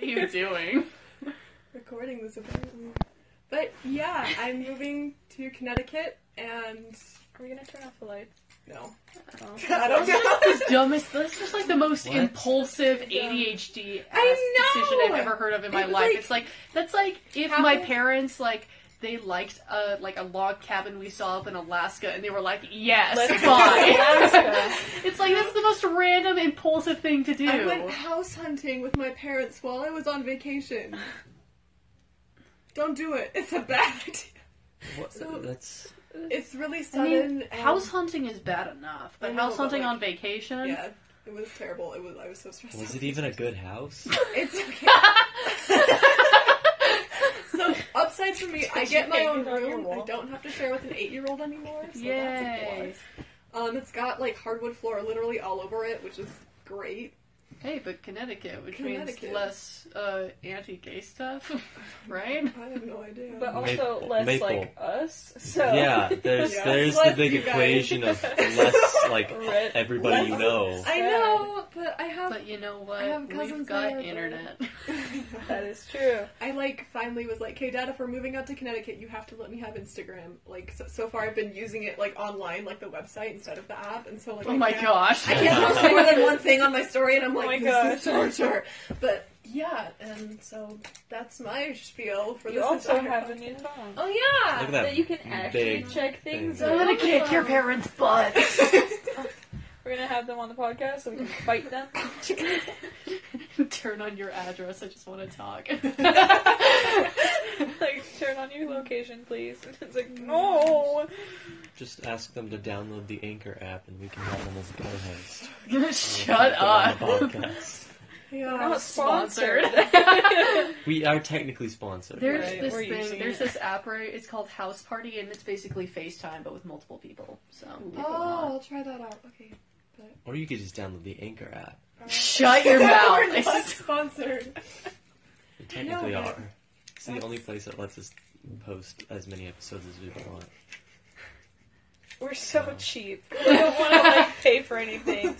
you doing? recording this apparently. But yeah, I'm moving to Connecticut and Are we gonna turn off the lights? no. Oh. I don't know. This is dumbest. This is like the most What? impulsive ADHD I know! decision I've ever heard of in my It's life. like- it's like that's like if How my can- parents like they liked a like a log cabin we saw up in Alaska, and they were like, "Yes, buy." it's like that's the most random impulsive thing to do. I went house hunting with my parents while I was on vacation. Don't do it. It's a bad idea. What, So- that's It's really I sudden. mean, and- house hunting is bad enough, um, I but know, house but, hunting like, on vacation. Yeah, it was terrible. It was. I was so stressed. was out. it even a good house? It's okay. so upsides for me, I get my own It's on your room. wall. I don't have to share with an eight-year-old anymore. So Yay. that's a plus. Um, it's got like hardwood floor literally all over it, which is great. Hey, but Connecticut, which Connecticut. means less uh, anti-gay stuff, right? I have no idea. But Ma- also less like maple. us. So Yeah, there's Yeah. there's Less the big you guys. equation of less like Right. everybody you Less- know. I know, but I have. But you know I have what? We've cousins got that are internet. that is true. I like finally was like, "Hey, Dad, if we're moving out to Connecticut, you have to let me have Instagram." Like so, so far, I've been using it like online, like the website instead of the app, and so like, Oh I my can't- gosh. I can't post more than one thing on my story, and I'm Oh like, my this gosh. is torture. But yeah, and so that's my spiel for You this. also entire- have a new phone. Oh yeah. Look at that. That you can actually big check things thing. out. I'm gonna kick your parents' butt. We're gonna have them on the podcast so we can fight them. Turn on your address. I just want to talk. like, turn on your location, please. It's like, no! Just ask them to download the Anchor app, and we can have them as a co-host. Shut We'll put up. them on the podcast. Yeah. We're not sponsored. sponsored. We are technically sponsored. There's Right, this we're thing. using There's it. this app right. It's called House Party, and it's basically FaceTime but with multiple people. So. people oh, not- I'll try that out. Okay. Or you could just download the Anchor app. Shut your mouth. We're not sponsored. We technically No, but are. It's the that's- only place that lets us post as many episodes as we want. We're so cheap. We don't want to, like, pay for anything.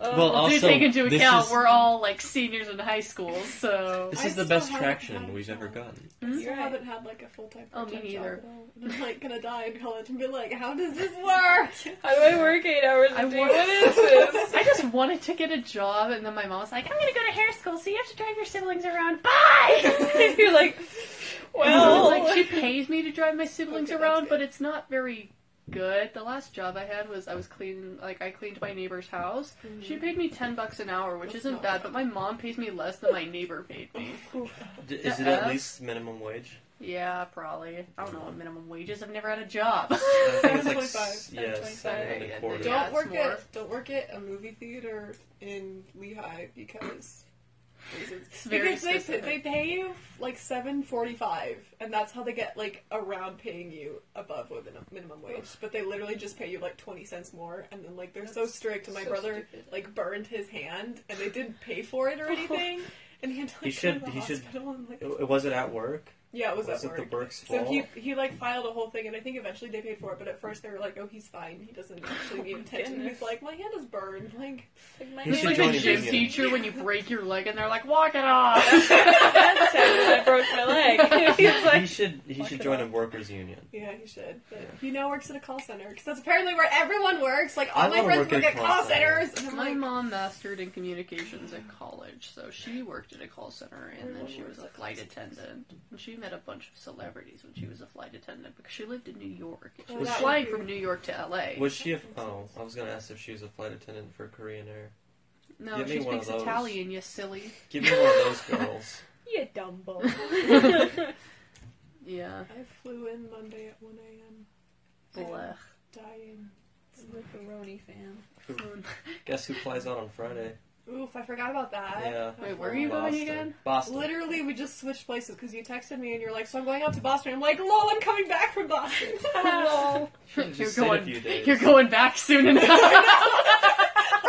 Oh, Well, Do Also, take into this account is- we're all like seniors in high school, so This I is the still best haven't traction had we've a ever job. gotten. I still You're right. haven't had like a full time. Oh, me neither. I'm like gonna die in college and be like, how does this work? how do I work eight hours I a day? want- What is this? I just wanted to get a job, and then my mom's like, "I'm gonna go to hair school, so you have to drive your siblings around." Bye. You're like, well, like she pays me to drive my siblings Okay, that's around, good. but it's not very good. The last job I had was I was cleaning, like I cleaned my neighbor's house. She paid me ten bucks an hour, which That's isn't not bad, bad. but my mom pays me less than my neighbor paid me. D- The is it at app? least minimum wage? Yeah, probably. I don't know what minimum wages. I've never had a job. I think it's like 25, s- yeah, 25. seven and a Yeah, quarter. Don't it's work more. at don't work at a movie theater in Lehigh because reasons. It's very because they, specific. they pay you like seven forty five, and that's how they get like around paying you above with a minimum wage. But they literally just pay you like twenty cents more, and then like they're so strict. And my so brother stupid. like burned his hand, and they didn't pay for it or anything. And he had to like, He go should- to the he should- hospital and, like, It- it wasn't at work. yeah, it was at wasn't work. the work's So fault. he he like filed a whole thing, and I think eventually they paid for it. But at first they were like, "Oh, he's fine. He doesn't actually need attention." goodness. he's like, "My hand is burned." Like, Like, my You It's should like join a a gym union. teacher when you break your leg and they're like, walk it off. That's sad when I broke my leg. He's he like, should he Fuck should it join a up. workers union. yeah, he should. But Yeah. he now works at a call center because that's apparently where everyone works. Like, all I my wanna friends work work, at a at call call center. centers. And I'm My like, mom mastered in communications at college, so she worked at a call center and then Everyone she was works a at call flight centers. attendant. And she met a bunch of celebrities when she was a flight attendant because she lived in New York. She Well, Oh, was that would flying be- from New York to LA. Was she? A, oh, I was gonna ask if she was a flight attendant for Korean Air. no, give me she one of speaks those. Italian, you silly. Give me one of those girls. you dumbo. Yeah. I flew in Monday at one a.m. Blech. Dying. Macaroni fan. Guess who flies out on Friday? Oof, I forgot about that. Yeah. Wait, where are you going Boston. again? Boston. Literally, we just switched places because you texted me and you're like, "So I'm going out to Boston." I'm like, "Lol, I'm coming back from Boston." Hello. You're Should've just stayed a going, few days. you're going back soon enough.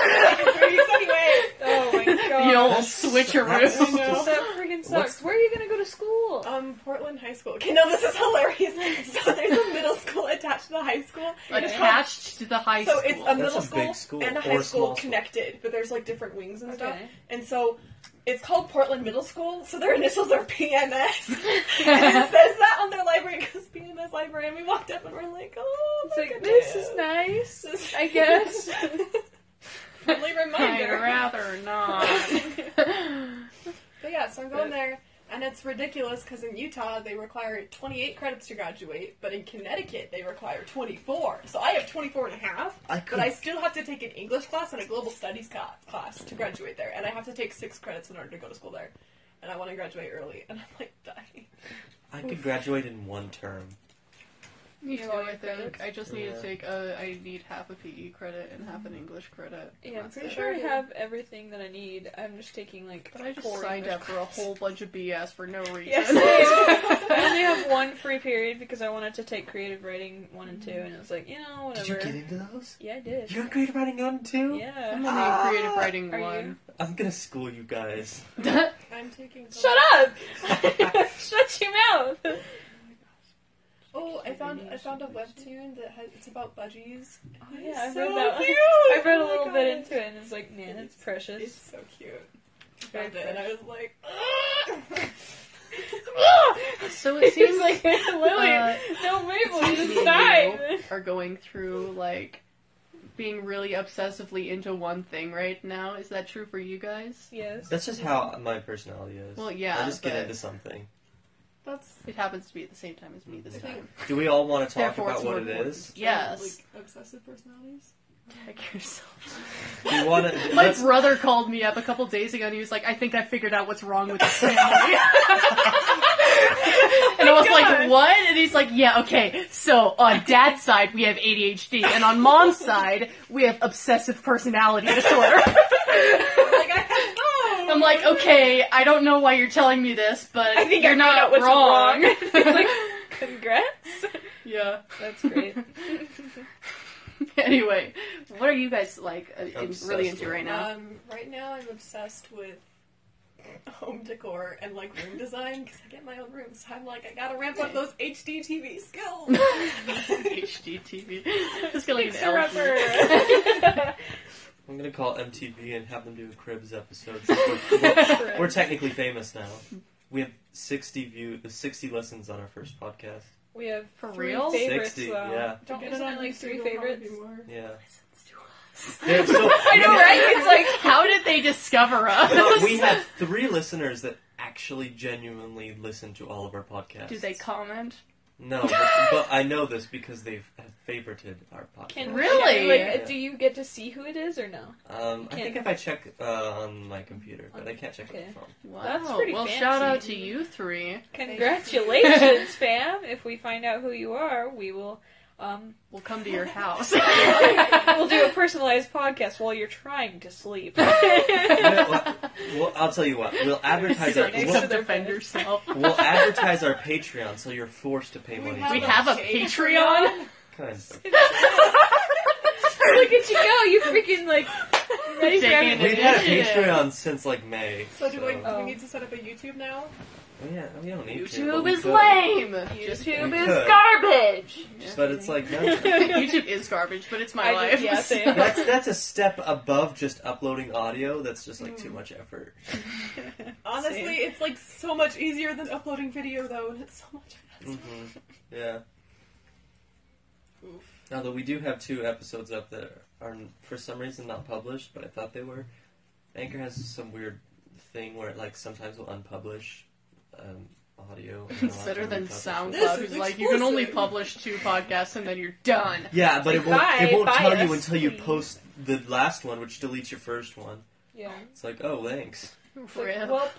anyway. Oh my god. You'll That's- switch your that's- room. No, that freaking sucks. What's- Where are you gonna go to school? Um, Portland High School. Okay, no, this is hilarious. So there's a middle school attached to the high school. And it's called- Attached to the high so school. it's a middle That's a school, big school and a or high a school small school. connected, but there's like different wings and stuff. Okay. And so It's called Portland Middle School, so their initials are PMS. and it says that on their library because PMS library, and we walked up and we're like, oh, It's my like, goodness. this is nice, This is- I guess. Friendly I'd reminder. rather not. But yeah, so I'm going there, and it's ridiculous because in Utah they require 28 credits to graduate, but in Connecticut they require 24. So I have 24 and a half, I but I could. still have to take an English class and a global studies ca- class to graduate there, and I have to take six credits in order to go to school there. And I want to graduate early, and I'm like dying. I could graduate in one term. Me too, all I your think. credits? I just need Yeah. to take a. I need half a PE credit and half an English credit. Mm-hmm. Yeah, I'm That's pretty it. sure I have everything that I need. I'm just taking like. But I just four signed English up for a whole bunch of BS for no reason. Yes, I I only have one free period because I wanted to take creative writing one and two, and it was like, you know, whatever. Did you get into those? Yeah, I did. You're Oh creative writing on too? I'm Yeah. only in creative writing Uh, Are you? one. I'm gonna school you guys. I'm taking. Shut up! Shut your mouth! Oh, I found I found a webtoon that has it's about budgies. Oh, yeah, I've so read that one. cute. I read a Oh my little bit gosh. into it, and it's like, man, it's precious. It's so cute. very Found it, and I was like, So it seems like like, Lily, Uh, no Mabel, seems just you died. are going through like being really obsessively into one thing right now. Is that true for you guys? Yes. That's just how my personality is. Well, yeah, I just get but- into something. that's It happens to be at the same time as me this I think time. Do we all want to talk Therefore, about it's what more it important. is? Yes. Like obsessive personalities. Check yourself. Do you want My to? brother called me up a couple days ago and he was like, I think I figured out what's wrong with this family. and I was like, God. what? And he's like, yeah, okay. So on dad's side, we have ADHD. And on mom's side, we have obsessive personality disorder. like I have those. I'm like, okay, I don't know why you're telling me this, but I think you're I figured not out what's wrong. wrong. it's like, congrats. yeah. That's great. Anyway, what are you guys like uh, in, Obsessed really into with. right now? Um, right now I'm obsessed with home decor and like room design because I get my own room, so I'm like, I gotta ramp up those HDTV skills. HDTV. It's gonna be an Fixer elephant. upper. I'm gonna call MTV and have them do a Cribs episode. We're, we're- we're technically famous now. We have 60 view, 60 lessons on our first podcast. We have For three real? favorites, 60, though. yeah. Don't Get isn't it it on like YouTube, three it'll probably favorites? be more. Yeah. I They're so- know, right? It's like, how did they discover us? But we have three listeners that actually genuinely listen to all of our podcasts. Do they comment? No, but, but I know this because they've have favorited our podcast. Can Really? We, like, uh, do you get to see who it is or no? um, I Can- think if I check uh, on my computer, but I can't check on Okay. the phone. Wow. That's pretty well, fancy. shout out to you three. Congratulations, fam! If we find out who you are, we will um, We'll come to your house. we'll do a personalized podcast while you're trying to sleep. You know what? Well, I'll tell you what. We'll advertise our Next we'll, to Except their defend bed. yourself. we'll advertise our Patreon, so you're forced to pay We money. have We to have us. a Patreon. Kind of. Look at you go! You freaking like ready for Taking it. everything. We've had a Initiative. Patreon since like May. So do we, do Oh. we need to set up a YouTube now? Oh, yeah, we don't need to, but YouTube we is could. lame. Just- YouTube We is could. garbage. But it's like no, YouTube is garbage, but it's my I life. just- yeah, same. that's that's a step above just uploading audio. That's just like too much effort. Honestly, it's like so much easier than uploading video though, and it's so much faster. Mm-hmm. hmm Yeah. Oof. Although we do have two episodes up that are for some reason not published, but I thought they were. Anchor has some weird thing where it like sometimes will unpublish um, audio. and It's allow better them to than publish SoundCloud, This who's is like, you can only exclusive. publish two podcasts and then you're done. it. Yeah, but it won't. Bye, it won't bye tell us, you until you please. post the last one, which deletes your first one. Yeah. It's like, oh, thanks. Rip. well,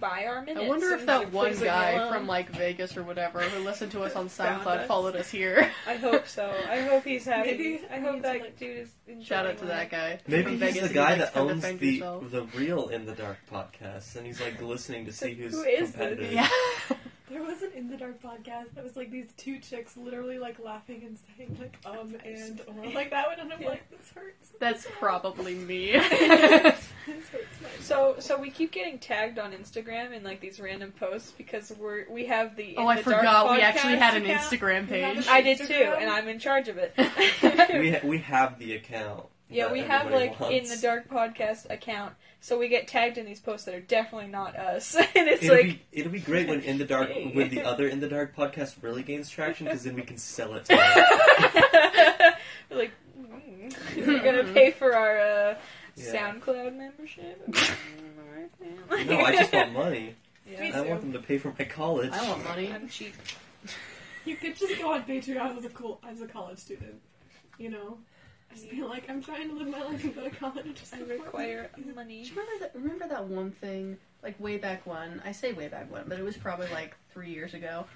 buy our minutes. I wonder if and that one please leave me guy alone. from like Vegas or whatever who listened to us on Found SoundCloud us. followed us here. I hope so. I hope he's happy. Maybe I we hope need that to, like- dude is. Enjoying Shout out to that guy. Maybe from he's Vegas the who guy likes that Come owns Defend the Yourself. the real in the dark podcast, and he's like listening to see who's Who is this? competitive. Yeah. There was an In the Dark podcast that was like these two chicks literally like laughing and saying like um and or like that one, and I'm like, this hurts. That's probably me. This hurts. My So, so we keep getting tagged on Instagram in like these random posts because we're we have the. oh, In I the forgot Dark we actually podcast had an account. Instagram We have page. an I did too, Instagram. and I'm in charge of it. we ha- we have the account. Yeah, that we have everybody like in wants. the dark podcast account, so we get tagged in these posts that are definitely not us, and it's it'll, like be, it'll be great when in the dark Hey. when the other in the dark podcast really gains traction because then we can sell it. To We're like mm, we're gonna pay for our uh, Yeah. SoundCloud membership. them. no, I just want money. Me I want them to pay for my college. I want money. I'm cheap. You could just go on Patreon as a cool as a college student, you know. Just be like, I'm trying to live my life and go to college. I Support me. require Do money. you remember that, remember that one thing, like way back when? I say way back when, but it was probably like three years ago.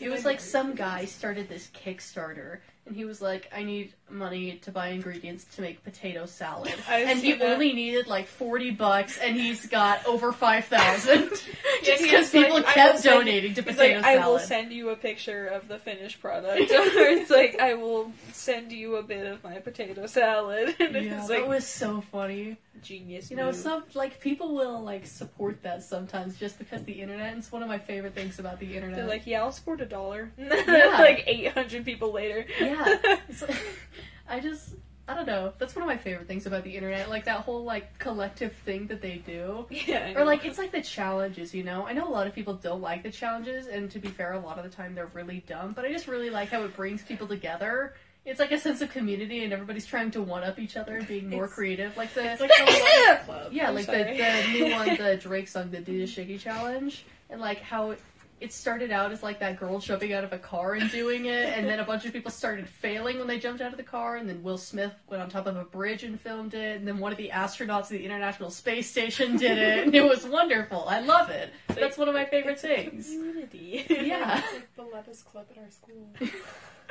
Yeah. it was like some guy started this Kickstarter, and he was like, "I need money to buy ingredients to make potato salad," I've and he seen that. only needed like forty bucks, and he's got over five thousand Yeah, just he because was like, people "I will kept send- donating to He's potato like, I will salad. send you a picture of the finished product. or it's like, I will send you a bit of my potato salad. And yeah, it's that like, was so funny. genius. You know, move. some like people will like support that sometimes just because the internet. It's one of my favorite things about the internet. They're like, yeah, I'll score a dollar. Yeah. like 800 people later. Yeah. It's like- I just, I don't know. That's one of my favorite things about the internet. Like that whole like collective thing that they do. yeah. I know. Or like it's like the challenges, you know. I know a lot of people don't like the challenges, and to be fair, a lot of the time they're really dumb. But I just really like how it brings people together. It's like a sense of community, and everybody's trying to one up each other and being more It's- creative. Like the It's like the Lions club. yeah, I'm like sorry. the the new one, the Drake song, the Do the Shiggy Challenge, and like how it, it started out as like that girl jumping out of a car and doing it, and then a bunch of people started failing when they jumped out of the car, and then Will Smith went on top of a bridge and filmed it, and then one of the astronauts of the International Space Station did it, and it was wonderful. I love it. That's one of my favorite things. Unity. Yeah, It's like the Levis club at our school.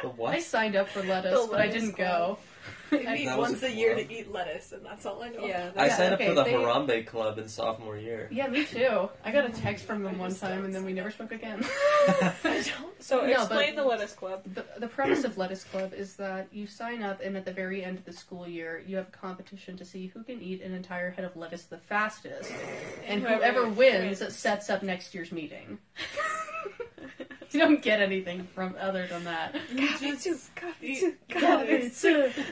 The I what? signed up for lettuce, The but I lettuce didn't club. go. They I- meet That was once a a year club. to eat lettuce, and that's all I know. Yeah. I Yeah, signed up okay, for the they- Harambe Club in sophomore year. Yeah, me too. I got a text from them one time, and then we never spoke again. I don't. So No, explain but- the Lettuce Club. The, the premise of Lettuce Club is that you sign up, and at the very end of the school year, you have a competition to see who can eat an entire head of lettuce the fastest. And whoever wins sets up next year's meeting. you don't get anything from other than that. You Kaffee just soup, kaffee eat- soup, kaffee Lettuce, lettuce, soup.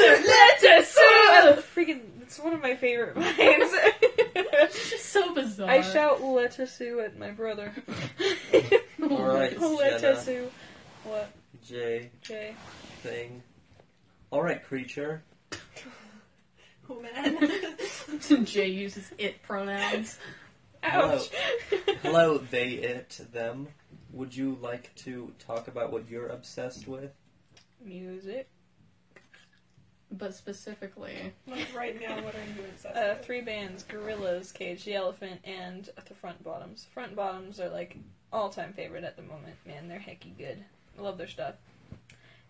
lettuce. Oh, freaking, it's one of my favorite lines. It's just so bizarre. I shout lettuce at my brother. All right, lettuce. Jenna, What, J Jay? thing. All right, creature. Oh man. Jay uses it pronouns. Ouch. Hello, they, it, them. Would you like to talk about what you're obsessed with? Music. But specifically, like right now, what are you obsessed Uh, with? three bands: Gorillas, Cage the Elephant, and the Front Bottoms. Front Bottoms are like all-time favorite at the moment. Man, they're hecky good. I love their stuff.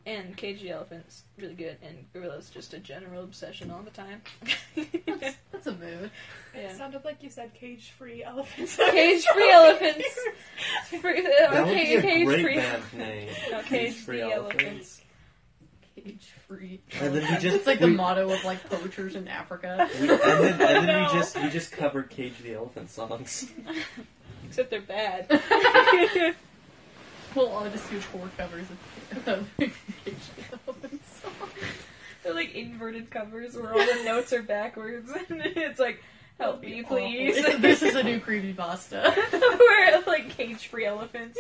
And Cage the Elephant's really good, and Gorillas just a general obsession all the time. that's, that's a mood. yeah. It sounded like you said cage-free elephants. Cage-free elephants. Free, uh, that would be a okay, Cage great Free. band name. No, Cage Free Elephants. Cage free. And then we just It's like we, the motto of like poachers in Africa. we- and then, and then No. we just we just covered Cage the Elephant songs. Except they're bad. We'll all just do four covers of, of Cage the Elephant song. they're like inverted covers where all the notes are backwards, and it's like, help me, please. Awful. It's- this is a new creepypasta. We're like cage free elephants.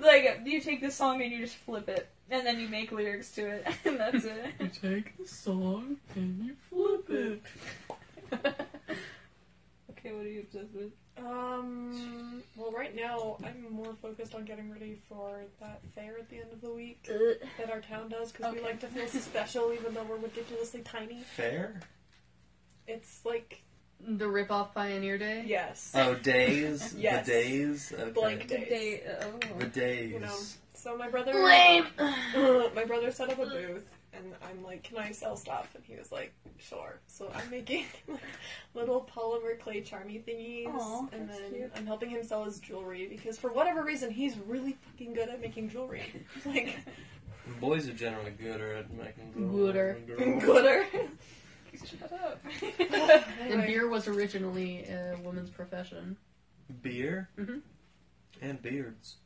like you take this song and you just flip it, and then you make lyrics to it, and that's it. You take the song and you flip it. Okay, what are you obsessed with? Um. Well, right now I'm more focused on getting ready for that fair at the end of the week that our town does because we Okay. like to feel special even though we're ridiculously tiny. Fair. It's like The rip-off Pioneer Day. yes, Uh, Oh, days. Yes. The days. Okay. Blank The day. The Oh. days. you know. So my brother, my brother set up a booth, and I'm like, "Can I sell stuff?" And he was like, "Sure." So I'm making like little polymer clay charmy thingies, Aw, and that's then cute. I'm helping him sell his jewelry because for whatever reason he's really fucking good at making jewelry. Like. Boys are generally gooder at making Gooder. Gooder. Shut up. And beer was originally a woman's profession. Mm-hmm. Beer Mhm. and beards.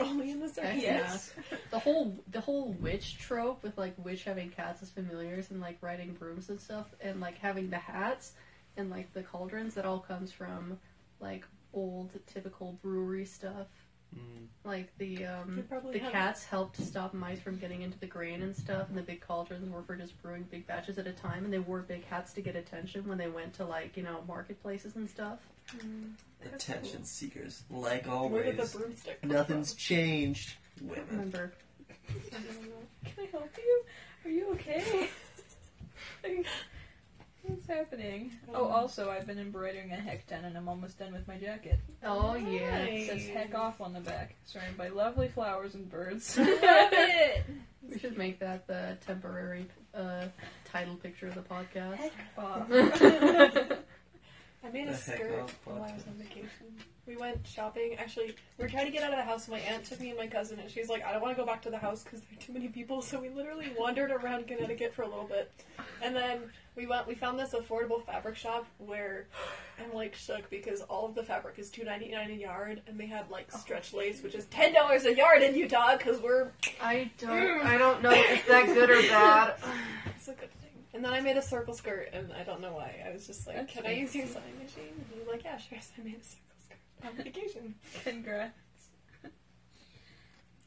Only in the circus. Heck Yes. The whole the whole witch trope with like witch having cats as familiars and like riding brooms and stuff and like having the hats and like the cauldrons that all comes from like old typical brewery stuff. Mm. Like the They um probably the have- cats helped stop mice from getting into the grain and stuff and the big cauldrons were for just brewing big batches at a time and they wore big hats to get attention when they went to like, you know, marketplaces and stuff. That's Attention cool. seekers, like Where did the Mm-hmm. always. broomstick come Nothing's from? changed. Women. Remember. I don't know. Can I help you? Are you okay? Like, What's happening? Oh, also, I've been embroidering a heck ton and I'm almost done with my jacket. Oh yeah. It says heck off on the back, surrounded by lovely flowers and birds. Love it! We should make that the temporary uh, title picture of the podcast. heck off. I made The a heck skirt off while I was podcast. on vacation. We went shopping. Actually, we were trying to get out of the house. My aunt took me and my cousin, and she's like, "I don't want to go back to the house because there are too many people." So we literally wandered around Connecticut for a little bit, and then we went. We found this affordable fabric shop where I'm like shook because all of the fabric is two ninety nine a yard, and they had like stretch lace, which is ten dollars a yard in Utah because we're I don't. I don't know if it's that good or bad. It's a good thing. And then I made a circle skirt, and I don't know why. I was just like, That's "Can I use your sewing machine?" And you're like, "Yeah, sure." So I made a circle skirt on vacation. Congrats.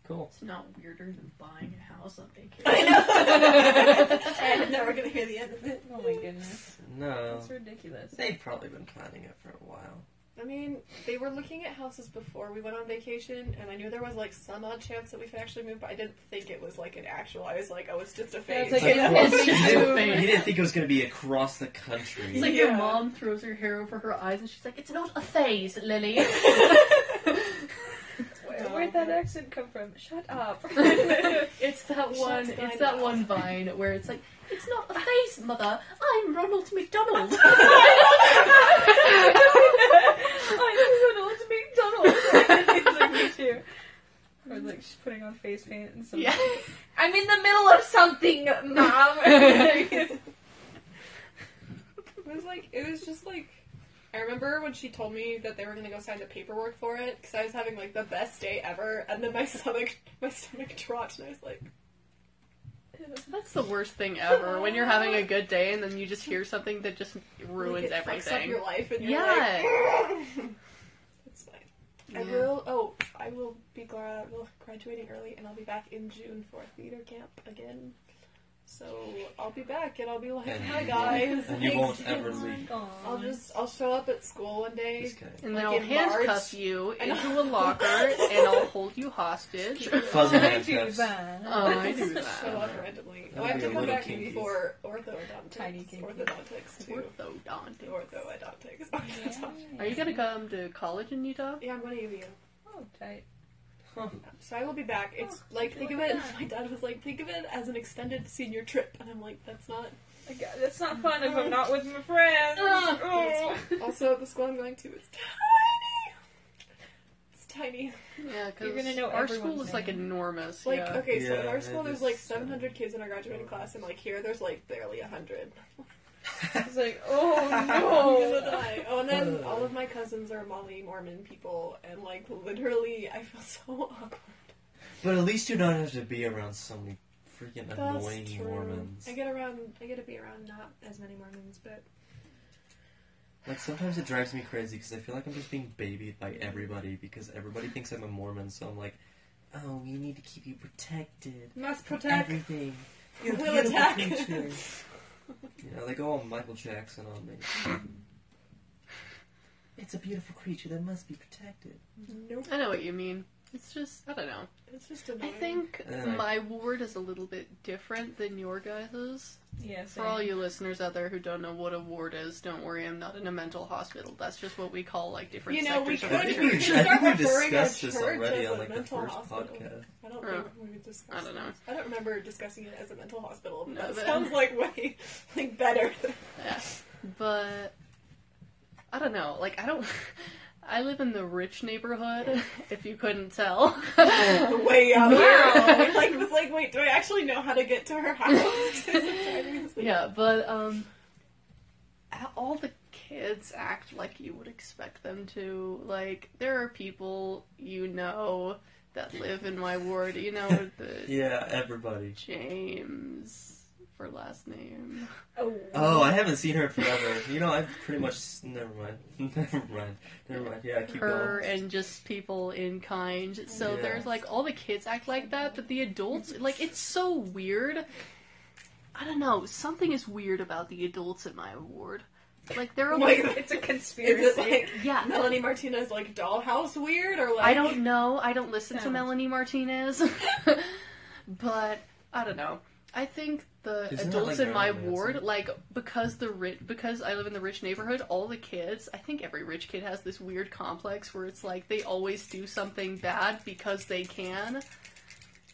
Cool. It's not weirder than buying a house on I vacation. know. and now we're gonna hear the end of it. Oh my goodness. No. That's ridiculous. They've probably been planning it for a while. I mean, they were looking at houses before we went on vacation, and I knew there was like some odd chance that we could actually move, but I didn't think it was like an actual. I was like, "Oh, it's just a phase." it's like It's an like, opening what? move. It's You didn't think it was going to be across the country. It's like your Yeah. mom throws her hair over her eyes and she's like, "It's not a phase, Lily." Where- Where'd that accent come from? Shut up. it's that one. Shots It's fired. that one vine where it's like, "It's not a phase, mother. I'm Ronald McDonald." I'm Donald McDonald. like, me too. Or like she's putting on face paint and something. yeah. I'm in the middle of something, mom. It was like it was just like I remember when she told me that they were gonna go sign the paperwork for it because I was having like the best day ever, and then my stomach my stomach dropped, and I was like, That's the worst thing ever when you're having a good day and then you just hear something that just ruins like, it fucks up everything. your life, and you're like, it's fine. I Yeah. will. Oh, I will be gra- well, graduating early, and I'll be back in June for theater camp again. So I'll be back, and I'll be like, And hi you guys. won't- and you won't Thanks. ever leave. I'll just I'll show up at school one day. Just kidding. And Like then I'll in March. handcuff you I know. into a locker and I'll hold you hostage. Fuzzy I do handcuffs. that. Oh, I do Just show that. up randomly. Oh, That'd I have be to a come little back kinky. for orthodontics. Tiny kinky. Orthodontics too. Orthodontics. Orthodontics. Orthodontics. Are you gonna come to college in Utah? Yeah, I'm going to UVU. Oh, tight. So I will be back. It's Oh, like look think of at it. that. My dad was like, think of it as an extended senior trip, and I'm like, that's not. I got- That's not fun if I'm not with my friends. Ah, Oh. Also, the school I'm going to is tiny. It's tiny. Yeah, because You're gonna know our everyone's school is like name. enormous. Like uh, yeah. okay, so in Yeah, our school it there's is, Oh. like uh, 700 kids in our graduating class, and like here there's like barely 100. It's like, oh I'm gonna no. die. Oh, and then all of my cousins are Molly Mormon people, and like literally, I feel so awkward. But at least you don't have to be around so many freaking annoying That's true. Mormons. I get around. I get to be around not as many Mormons, but Like sometimes it drives me crazy because I feel like I'm just being babied by everybody because everybody thinks I'm a Mormon. So I'm like, oh, we need to keep you protected. must from protect. everything. You You're a will beautiful attack. creature." you know, they go all Michael Jackson on me. It's a beautiful creature that must be protected. Nope. I know what you mean. It's just I don't know. It's just annoying. I think Yeah. my ward is a little bit different than your guys's. Yes. For all you listeners out there who don't know what a ward is, don't worry, I'm not in a mental hospital. That's just what we call like different You know, we sectors could, of I the think we we, could I church. start think we referring our discussed this church already as on a like the mental first hospital. podcast. I don't Huh. think we discussed. I don't know. this. Oh. I don't remember discussing it as a mental hospital. No, That but- sounds like way like better. Yeah. But I don't know. Like I don't I live in the rich neighborhood, if you couldn't tell. The way out Wow. here. like was like, wait, do I actually know how to get to her house? yeah, but um a- all the kids act like you would expect them to. Like there are people you know that live in my ward, you know, with the Yeah, everybody. James for last name. Oh. Oh, I haven't seen her forever. You know, I've pretty much. Never mind. Never mind. Never mind. Yeah, keep Her and just people in kind. So Yeah. there's like all the kids act like that, but the adults like it's so weird. I don't know. Something is weird about the adults in my ward. Like Oh they're all Like- it's a conspiracy. Is it like yeah. Melanie Martinez like dollhouse weird or like I don't know. I don't listen to Sounds- Melanie Martinez. but I don't know. I think the Isn't that adults like in my Marilyn Manson? ward, like because the ri- because I live in the rich neighborhood, all the kids, I think every rich kid has this weird complex where it's like they always do something bad because they can.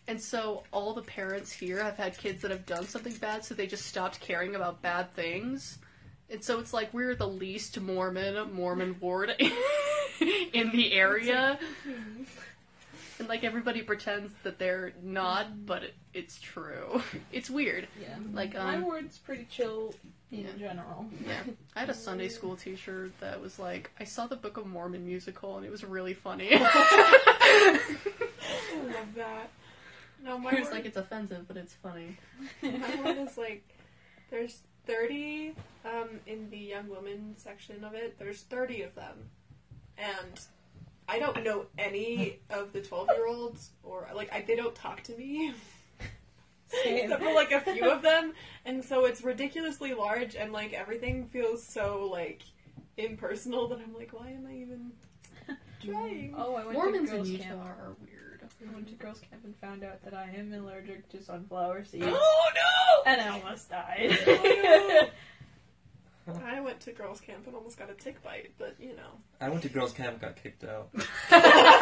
And so all the parents here have had kids that have done something bad, so they just stopped caring about bad things. And so it's like we're the least Mormon Mormon ward in the area. And like everybody pretends that they're not, but it, it's true. It's weird. yeah. Like My um, word's pretty chill in Yeah. general. yeah, I had a Sunday school teacher that was like, I saw the Book of Mormon musical and it was really funny. I love that. No, my I was ward, like, it's offensive, but it's funny. my ward is like there's thirty um in the young women section of it. There's thirty of them, and I don't know any of the twelve year olds or like I, they don't talk to me. except for like a few of them and so it's ridiculously large and like everything feels so like impersonal that i'm like why am i even trying Mm. Oh, I went Mormons to in girls Utah camp. are weird. I went to girls camp and found out that I am allergic to sunflower seeds, oh and I almost died. Oh, no i went to girls camp and almost got a tick bite but you know I went to girls' camp, got kicked out.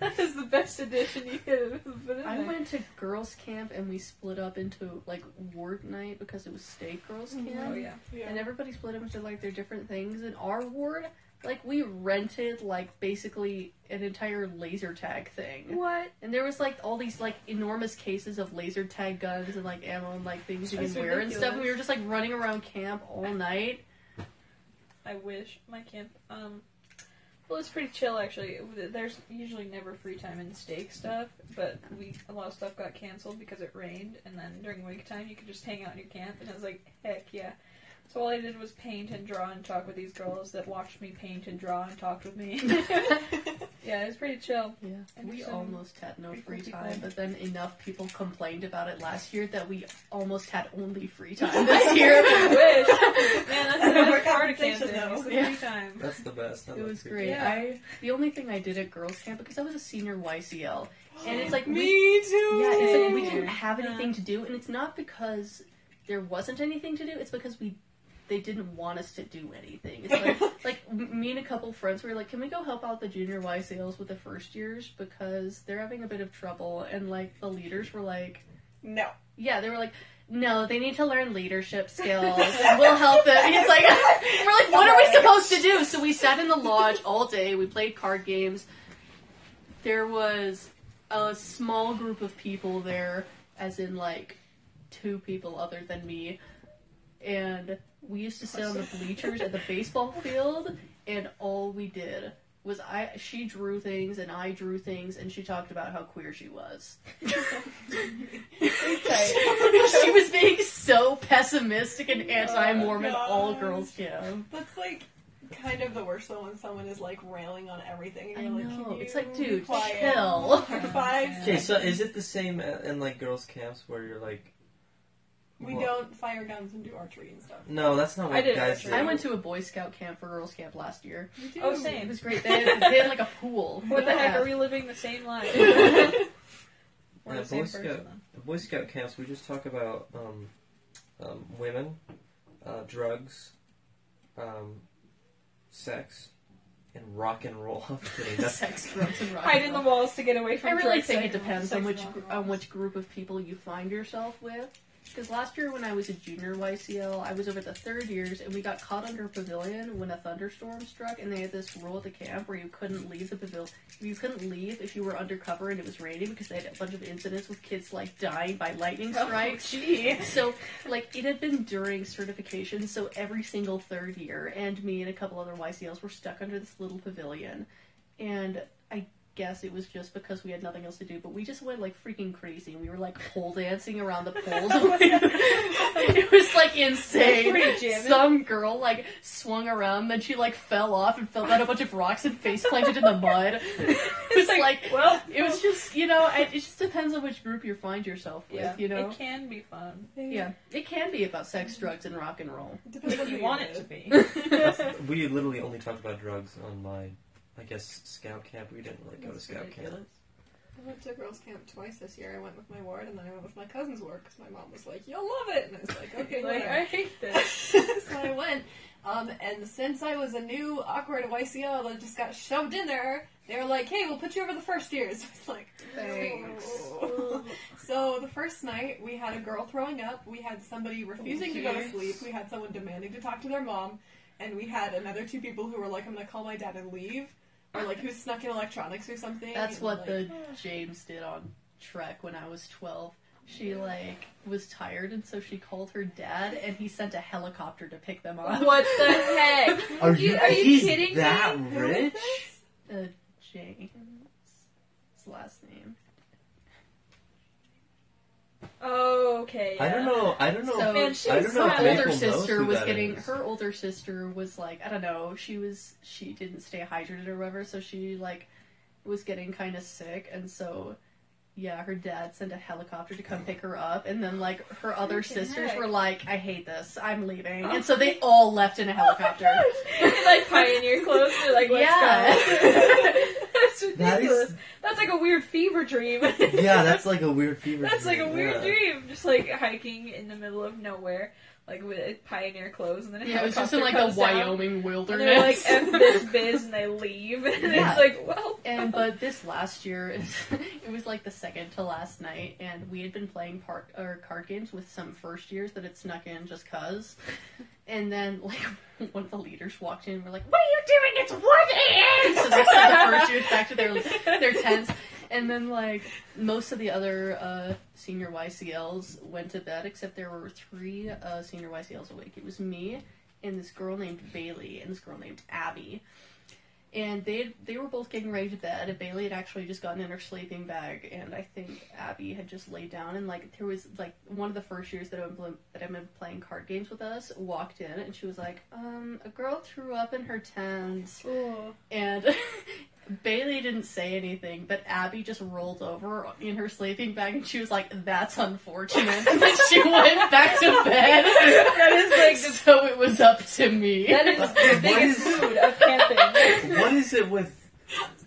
that is the best addition you could have put in I there. went to girls' camp and we split up into like ward night because it was state girls' camp. Oh yeah. and yeah. everybody split up into like their different things. In our ward, like we rented like basically an entire laser tag thing, What? and there was like all these like enormous cases of laser tag guns and like ammo and like things you That's can wear and stuff. And we ridiculous. were just like running around camp all night. I wish my camp. Um, well, it's pretty chill actually. There's usually never free time in stake stuff, but we a lot of stuff got canceled because it rained, and then during wake time you could just hang out in your camp, and I was like, heck yeah. So all I did was paint and draw and talk with these girls that watched me paint and draw and talked with me. yeah, it was pretty chill. Yeah, we Interesting. almost had no Pretty free cool time, people. but then enough people complained about it last year that we almost had only free time this year. I wish. Man, that's the best We're part of compensation, camping. though. It's the Yeah. free time. That's the best. I It love was free great. Yeah. I the only thing I did at girls camp because I was a senior YCL, and it's like we me too Yeah, it's like we Yeah. didn't have anything to do, and it's not because there wasn't anything to do. It's because we they didn't want us to do anything. It's like like m- me and a couple friends were like, can we go help out the junior Y sales with the first years because they're having a bit of trouble, and like the leaders were like, no yeah, they were like. No, they need to learn leadership skills. We'll help them. And it's like we're like, what are we supposed to do? So we sat in the lodge all day. We played card games. There was a small group of people there, as in like two people other than me, and we used to sit on the bleachers at the baseball field, and all we did was I she drew things and I drew things, and she talked about how queer she was. she was being so pessimistic and anti-Mormon Oh, gosh. all girls camp. that's like kind of the worst though when someone is like railing on everything and I you're like know. Can you It's like, be dude, quiet chill. for five Okay, seconds? so is it the same a- in like girls' camps where you're like? we Well, don't fire guns and do archery and stuff No, that's not what I did guys actually. do. I went to a Boy Scout camp for girls camp last year. we do Oh, It same. was great. They had, they had like a pool. What the heck? Yeah. Are we living the same life? We're Yeah, the same Boy Scout. person. the Boy Scout camps. We just talk about um, um, women, uh, drugs, um, sex, and rock and roll. I'm kidding. That's, Sex, drugs, and rock. Hide and in roll. the walls to get away from. I really drugs, think it sex, and depends on sex which and gr- alcohol. on which group of people you find yourself with. Because last year when I was a junior YCL, I was over the third years, and we got caught under a pavilion when a thunderstorm struck, and they had this rule at the camp where you couldn't leave the pavilion. You couldn't leave if you were undercover and it was raining because they had a bunch of incidents with kids like dying by lightning strikes. Oh, gee. So, like, it had been during certification, so every single third year, and me and a couple other YCLs were stuck under this little pavilion. And I guess it was just because we had nothing else to do, but we just went like freaking crazy. We were like pole dancing around the poles. Oh it was like insane. Were you jamming? Some girl like swung around, then she like fell off and fell down a bunch of rocks and face planted in the mud. it was like, well, it was just you know, it, it just depends on which group you find yourself with. yeah, You know, it can be fun. yeah, it can be about sex, drugs, and rock and roll. Depends If on you who want you're it to with. be. That's- we literally only talked about drugs on my, I guess, scout camp. We didn't really go to That's scout camp. ridiculous. I went to girls' camp twice this year. I went with my ward, and then I went with my cousin's ward because my mom was like, "You'll love it," and I was like, "Okay, like, whatever." I hate this. so I went. Um, and since I was a new awkward at YCL that just got shoved in there, they were like, "Hey, we'll put you over the first years." I was like, Thanks. "Oh." so the first night, we had a girl throwing up. We had somebody refusing to go to sleep. We had someone demanding to talk to their mom, and we had another two people who were like, "I'm gonna call my dad and leave," or like, "Who snuck in electronics or something?" That's and, what like, the James did on Trek when I was 12. She like was tired and so she called her dad and he sent a helicopter to pick them up. What the heck? Are you- are you he's kidding me? that Who is rich? this? Uh, James. His last name. Oh, okay. I don't yeah. know. I don't know. So Man, she I was don't so know. if her Maple older knows sister who was that getting is. her older sister was like I don't know, she was she didn't stay hydrated or whatever, so she like was getting kind of sick and so yeah, her dad sent a helicopter to come pick her up, and then like her other Freaking sisters heck. were like, "I hate this, I'm leaving," and so they all left in a helicopter. In, like pioneer clothes, they're like, let's Yeah. go. That's That ridiculous. is. That's like a weird fever dream. Yeah, that's like a weird fever. That's like a dream, weird yeah. dream. Just like hiking in the middle of nowhere, like with pioneer clothes, and then a Yeah, it was just helicopter in like the comes down, Wyoming And they're like, wilderness. F this biz, and they leave. And Yeah. it's like, well. and but this last year, it was like the second to last night, and we had been playing part or card games with some first years that had snuck in just cause. And then like one of the leaders walked in, and we're like, "What are you doing? It's one a.m." So they sent the first years back to their their tents. And then like most of the other uh, senior YCLs went to bed, except there were three uh, senior YCLs awake. It was me and this girl named Bailey and this girl named Abby. And they they were both getting ready to bed, and Bailey had actually just gotten in her sleeping bag, and I think Abby had just laid down. And like there was like one of the first years that I've been, that I've been playing card games with us walked in, and she was like, "Um, a girl threw up in her tent." And Bailey didn't say anything, but Abby just rolled over in her sleeping bag and she was like, That's unfortunate. And then she went back to bed. That is, like, the- So it was up to me. That is the What biggest is- mood of camping. What is it with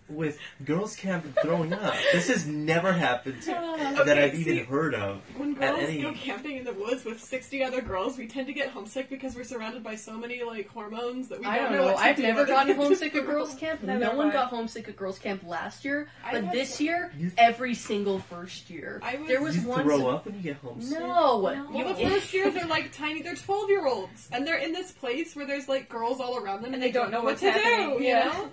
with girls' camp and throwing up? This has never happened that Okay, I've even see- heard of. When at girls any- go camping in the woods with 60 other girls, we tend to get homesick because we're surrounded by so many like hormones that we I don't know. know. what to I've do never other gotten than to homesick at throw girls' up. camp. Never no one mind. got homesick at girls' camp last year, I but had this some- year, You- every single first year, I was- there was You one. throw up when you get homesick. No, Well, the It- first years are like tiny. They're 12 year olds, and they're in this place where there's like girls all around them, and, they don't know what what's to happening, do. yeah. You know?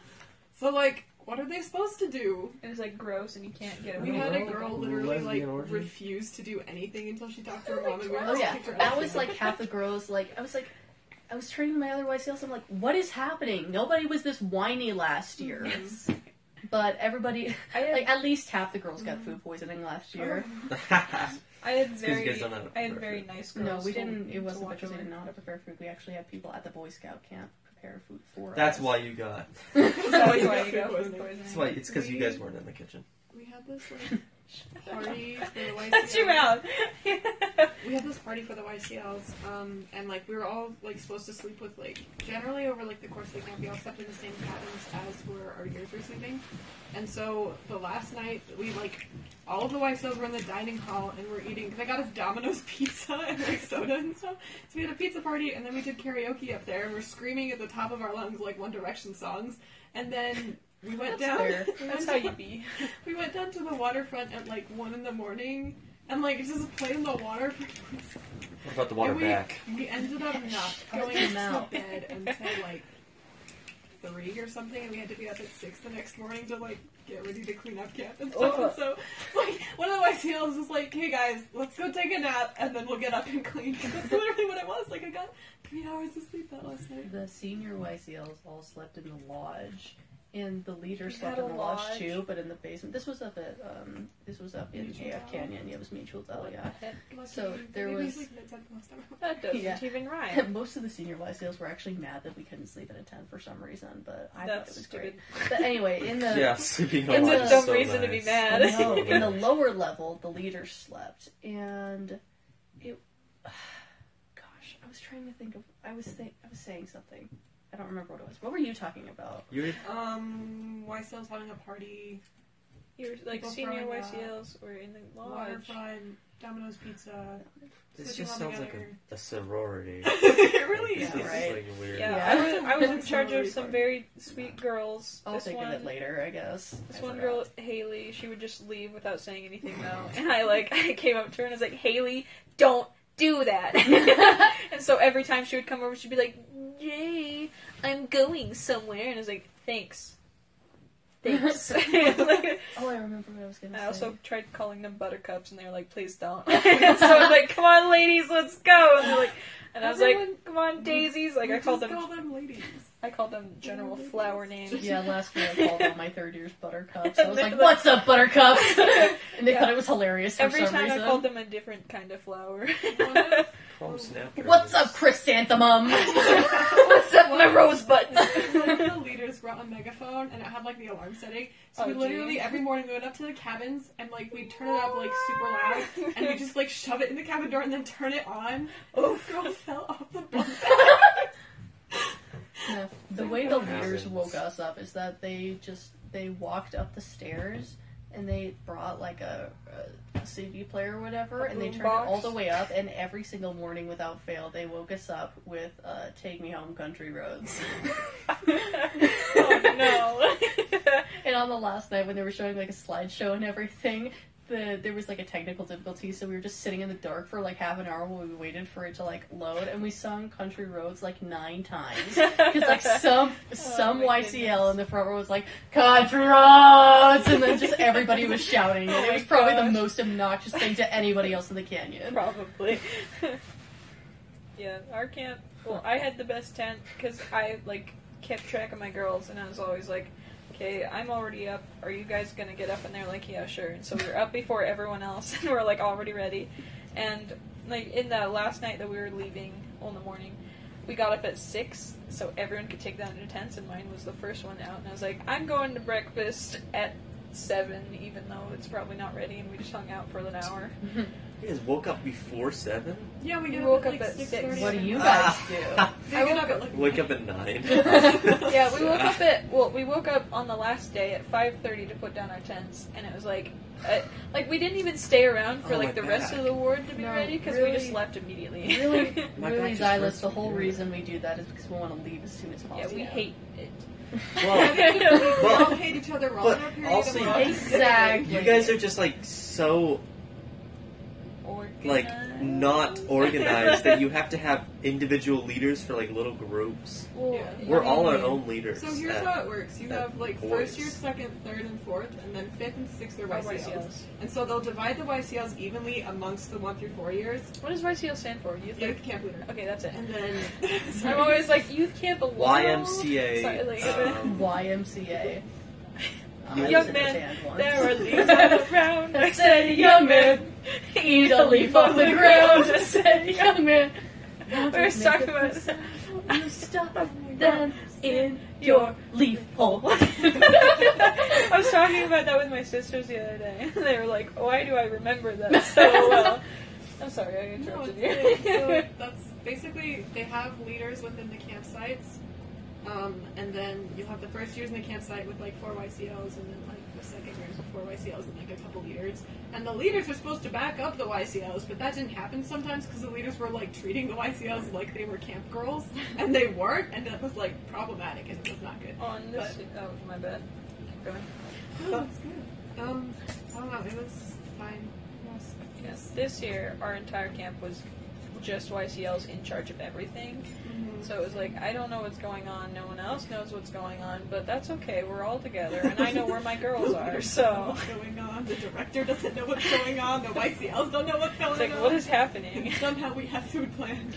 So like, what are they supposed to do? It was like gross, and you can't get We away. had a Girl- girl literally like lesbian orgy? refuse to do anything until she talked to her mom, and we Oh almost yeah, kicked her out. that was like half the girls. Like I was like, I was training my other white sales. I'm like, what is happening? Nobody was this whiny last year, but everybody, I Mm-hmm. Oh, had, like at least half the girls got food poisoning last year. Uh-huh. I had you very, guys don't have a I had preference. very nice girls. No, we to- didn't. It to wasn't watch because we over. did not prepare food. We actually had people at the Boy Scout camp prepare food for That's us. why you got. That's why got you food got food poisoning. poisoning. That's why it's because you guys weren't in the kitchen. We had this like party for the YCL. Shut your mouth. we had this party for the YCLs, um, and like we were all like supposed to sleep with like generally over like the course of the camp, we all slept in the same patterns as where our years were sleeping. And so the last night we like all of the YCLs were in the dining hall and we're eating. Cause I got us Domino's pizza and like soda and stuff. So we had a pizza party and then we did karaoke up there and we're screaming at the top of our lungs like One Direction songs. And then we went down. That's fair. we went That's how you down- be. we went down to the waterfront at like one in the morning, and like just played in the water. For What about the water and we, back? we ended up not going Shut your to mouth. bed until like three or something, and we had to be up at six the next morning to like get ready to clean up camp and stuff. And so, like one of the YCLs was like, "Hey guys, let's go take a nap, and then we'll get up and clean." 'Cause that's literally what it was. Like I got three hours of sleep that last night. The senior YCLs all slept in the lodge, in the leader We slept had in a the lodge. lodge. too, but in the basement. This was up at um, this was up in Mutual AF Dell? Canyon. Yeah, it was Mutual Dell. What Yeah, the heck? Lucky So, you. there Maybe was- we sleep at last time. That doesn't Yeah. even rhyme. most of the senior YCLs were actually mad that we couldn't sleep at a tent for some reason, but I thought it That's was stupid. great. But anyway, in the yeah, sleeping It's on a a dumb so reason nice. to be mad. I know. in the lower level, the leader slept, and it. Gosh, I was trying to think of. I was think. I was saying something. I don't remember what it was. What were you talking about? You were Um, YSL's having a party. You were like People senior throwing YCLs were in the lodge. Waterfront, Domino's Pizza. This Put just them all sounds like together. a, a sorority. it really Yeah, is. This is right. like weird. Yeah, Yeah. I was I was in That's charge of really some fun. very sweet girls. I'll this think one, of it later, I guess. This I one forgot. girl, Haley, she would just leave without saying anything though, and I like I came up to her and I was like, Haley, don't do that. and so every time she would come over, she'd be like, Yay, I'm going somewhere, and I was like, Thanks, thanks. Oh, I remember what I was gonna say. I also tried calling them buttercups, and they were like, "Please don't." so I was like, "Come on, ladies, let's go!" And, they're like, and I was Everyone- like, "Come on, daisies!" Like We I called just them, call them ladies. I called them general Ladies. flower names. Yeah, last year I called all my third years buttercups. I was They like, were- "What's up, buttercups?" and they Yeah. thought it was hilarious for Every some time reason. I called them a different kind of flower. Palm snapper. What's up, chrysanthemum? What's up, my rose One of buds? the leaders brought a megaphone and it had like the alarm setting. So Oh, we literally gee. every morning we went up to the cabins and like we turn it up like super loud and we just like shove it in the cabin door and then turn it on. Oh, girl fell off the bunk. No, the way the Thousands. leaders woke us up is that they just they walked up the stairs and they brought like a, a CD player or whatever, A and they boom turned it box? all the way up. And every single morning, without fail, they woke us up with uh, "Take Me Home, Country Roads." oh no! And on the last night when they were showing like a slideshow and everything, the there was like a technical difficulty, so we were just sitting in the dark for like half an hour while we waited for it to like load, and we sung "Country Roads" like nine times because like some some Oh my YCL goodness. in the front row was like "Country Roads," and then just everybody was shouting, and Oh it my was probably the gosh. most obnoxious thing to anybody else in the canyon. Probably. yeah, our camp. Well, I had the best tent because I like kept track of my girls, and I was always like, "Okay, I'm already up. Are you guys gonna get up?" And they're like, "Yeah, sure." And so we were up before everyone else, and we are like already ready. And like in the last night that we were leaving well, in the morning, we got up at six, so everyone could take down their tents, and mine was the first one out. And I was like, "I'm going to breakfast at." Seven, even though it's probably not ready, and we just hung out for an hour. You guys woke up before seven. Yeah, we You get woke up up at like at six. six thirty. What do you guys Ah. do? They get up at like Wake up at nine. Yeah, we woke up at well, we woke up on the last day at five thirty to put down our tents, and it was like, uh, like we didn't even stay around for Oh, like the my rest back. of the ward to be No, ready because we just really- left immediately. Really, My really, Xylus, back just hurts the from whole doing it. reason we do that is because we want to leave as soon as yeah, possible. we hate it. Well, we all But- hate each other. We're all but in our period. also- and we're all just sitting there. Exactly. you guys are just like so like Organized. not organized that you have to have individual leaders for like little groups. Well, Yeah. I We're all our mean, own leaders. So here's at- how it works. You at have like boys. first year, second, third, and fourth, and then fifth and sixth are What is YCLs. YCLs? And so they'll divide the YCLs evenly amongst the one through four years. What does YCL stand for? Youth. Youth camp leader. Okay, that's it. And then I'm always like youth camp alone. YMCA. Sorry, like, um, YMCA. I Young was in a man, band once. there are leaves all around. I said, young man, eat a leaf off the ground. I said, young man. We were talking about You stuff them in your your leaf hole. I was talking about that with my sisters the other day. They were like, "Why do I remember that so well?" I'm sorry, I No, interrupted it's you. good. So that's basically they have leaders within the campsites, um, and then you'll have the first years in the campsite with like four YCLs, and then like the second years with four YCLs and like a couple leaders. And the leaders are supposed to back up the YCLs, but that didn't happen sometimes because the leaders were like treating the YCLs like they were camp girls, and they weren't, and that was like problematic and it was not good. On this, oh my bad. Keep going. Oh, that's good. Um, I don't know, it was fine. Yes. Yes. This year, our entire camp was just YCLs in charge of everything. Mhm. So it was like, I don't know what's going on. No one else knows what's going on, but that's okay. We're all together, and I know where my girls are. So what's going on. The director doesn't know what's going on. The YCLs don't know what's going it's like, on. what is happening? Somehow we have food plans.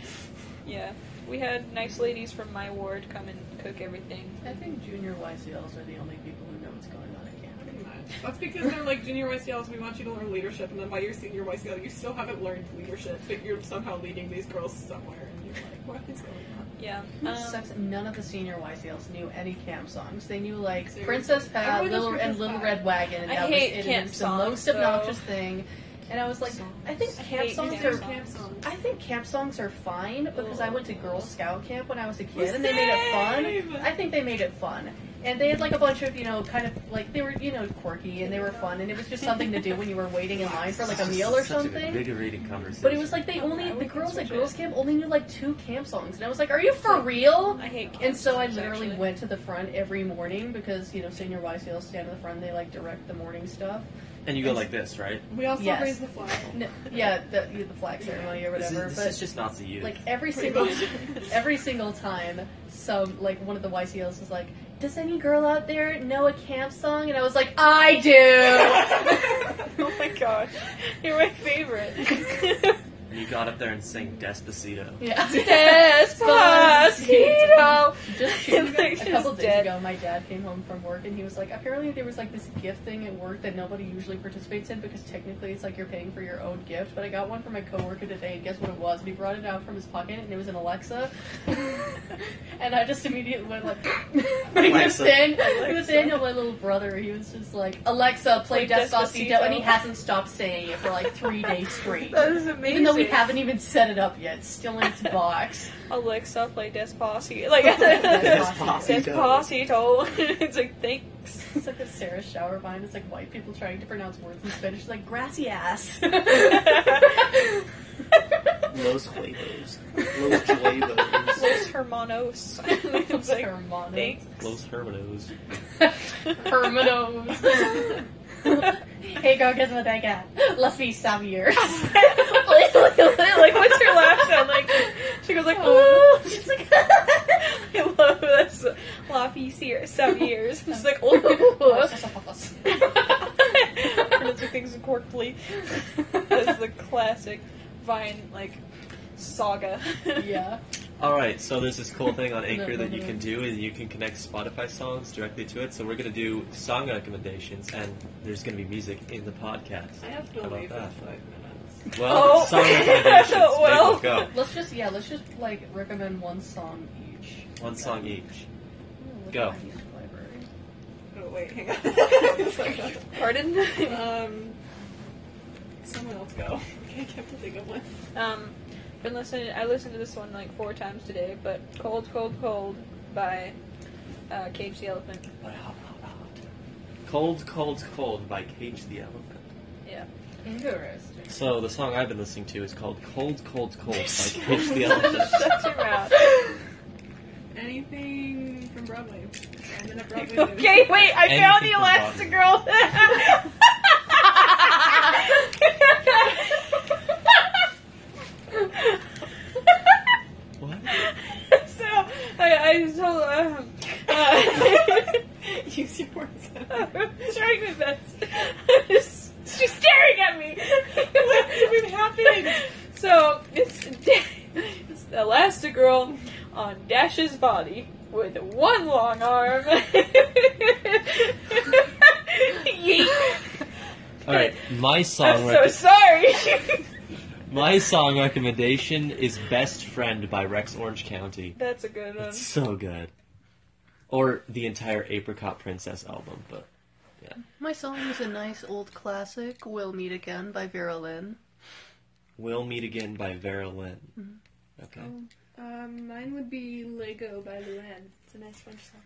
Yeah. we had nice ladies from my ward come and cook everything. I think junior YCLs are the only people who know what's going on at camp. Pretty much. That's because they're like junior YCLs. We want you to learn leadership, and then by your senior YCL, you still haven't learned leadership, but you're somehow leading these girls somewhere, and you're like, what is going on? Yeah. It Um, sucks that none of the senior YCLs knew any camp songs. They knew like Seriously. Princess Pat, Everyone knows Little Princess and Little Pat. Red Wagon, and I that hate was it. camp it was songs, the most though. obnoxious thing. And I was like, I think I camp hate songs camp are. songs. I think camp songs are fine because I went to Girl Scout camp when I was a kid, The and they made it same! fun. I think they made it fun. And they had like a bunch of, you know, kind of like they were, you know, quirky and they were fun and it was just something to do when you were waiting in line for like a meal or Such an something. invigorating conversation. But it was like they Oh, only I the would girls at switch it. girls camp only knew like two camp songs, and I was like, "Are you for real?" I hate camp And so I songs, literally actually. went to the front every morning because you know senior YCL stand at the front, they like direct the morning stuff. and you go like this, right? We also Yes. raised the flag. No, yeah, the, the flag ceremony or This whatever. is, this but is just Nazi youth. like every Pretty single much. every single time, some like one of the YCLs was like, "Does any girl out there know a camp song?" And I was like, "I do." oh my gosh, you're my favorite. and you got up there and sang Despacito. yeah. Despacito. Just And, like, a couple she's days dead. ago, my dad came home from work and he was like, apparently there was like this gift thing at work that nobody usually participates in because technically it's like you're paying for your own gift. But I got one from my coworker today, and guess what it was? And he brought it out from his pocket, and it was an Alexa. and I just immediately went like, Alexa. Nathaniel, Alexa. Nathaniel, my little brother, he was just like, Alexa, play Play Despacito, Despacito. and he hasn't stopped saying it for like three days straight. That is amazing. Even though we haven't even set it up yet, it's still in its box. Alexa play Despacito, like Despacito. it's like thanks. It's like the Sarah shower vine. It's like white people trying to pronounce words in Spanish, like grassy ass. Los huevos. Los huevos. Los Hermanos. it's like Hermanos. thanks. Los hermanos. Hermanos. hey, girl, guess what I got? Let's be Savier. like what's her laugh sound like? She goes like, Oh. "Ooh." she's like, I love that's Laffy Sears, some years. She's like, oh, pronouncing things correctly. That's the classic Vine like saga. yeah. All right, so there's this cool thing on No, Anchor no, that no. you can do is you can connect Spotify songs directly to it. So we're gonna do song recommendations, and there's gonna be music in the podcast. I have to How about leave in that? five minutes. Well, Oh. song recommendations. Make Well. them go. Let's just yeah. Let's just like recommend one song each. One song each. Ooh, Go. look at my music library. Oh wait, hang on. It's like- Pardon? um, someone else go. I have to think of one. um, been listening. I listened to this one like four times today, but "Cold, Cold, Cold" by uh, Cage the Elephant. Cold, cold, cold by Cage the Elephant. Yeah. Interesting. So the song I've been listening to is called "Cold, Cold, Cold" by Cage the Elephant. Shut your mouth. Anything from Broadway. I'm in a Broadway movie. Okay, wait. I Anything found the from Elastic Girl. What? so I, I just told. Um, uh, Use your words. I'm trying my best. I'm just- She's staring at me. What's even happening? So it's it's Elastigirl on Dash's body with one long arm. Yeet. All right, my I'm song. so rec- sorry. my song recommendation is "Best Friend" by Rex Orange County. That's a good one. It's so good. Or the entire Apricot Princess album, but My song is a nice old classic, We'll Meet Again by Vera Lynn. "We'll Meet Again" by Vera Lynn. Okay. Mm-hmm. Um, mine would be Lego by Luann. It's a nice French song.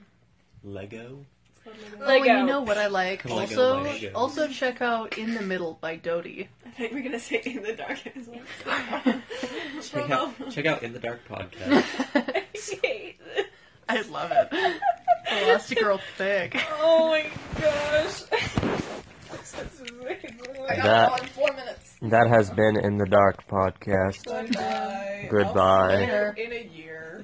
Lego. It's called Oh, Lego. Lego. and you know what I like? Lego, also, Lego. also check out In the Middle by Dodie. I think we're gonna say in the dark as well. Check out, check out "In the Dark" podcast. I hate this. I love it. Elastigirl thick. Oh my gosh. This is weird. That- on four minutes. That has been In the Dark podcast. Goodbye. Goodbye. I'll see you In a year.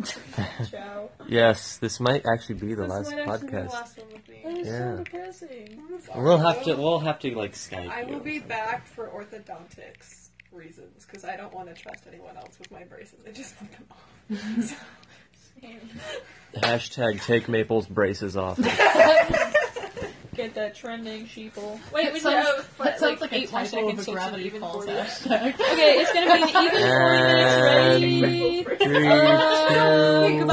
Ciao. Yes, this might actually be the This last might actually be the podcast. last one with me. That is Yeah. so depressing. I'm sorry. We'll have to. We'll have to like Skype. I will you. be back for orthodontics. reasons because I don't want to trust anyone else with my braces. I just want them off. so, Hashtag take Maple's braces off. Get that trending sheeple. Wait, That we sounds- know that sounds like, a eight more typo of seconds a so it's an Gravity even Falls 40. hashtag. Okay, it's gonna be an even 40 minutes, And- ready? Three, Oh. two,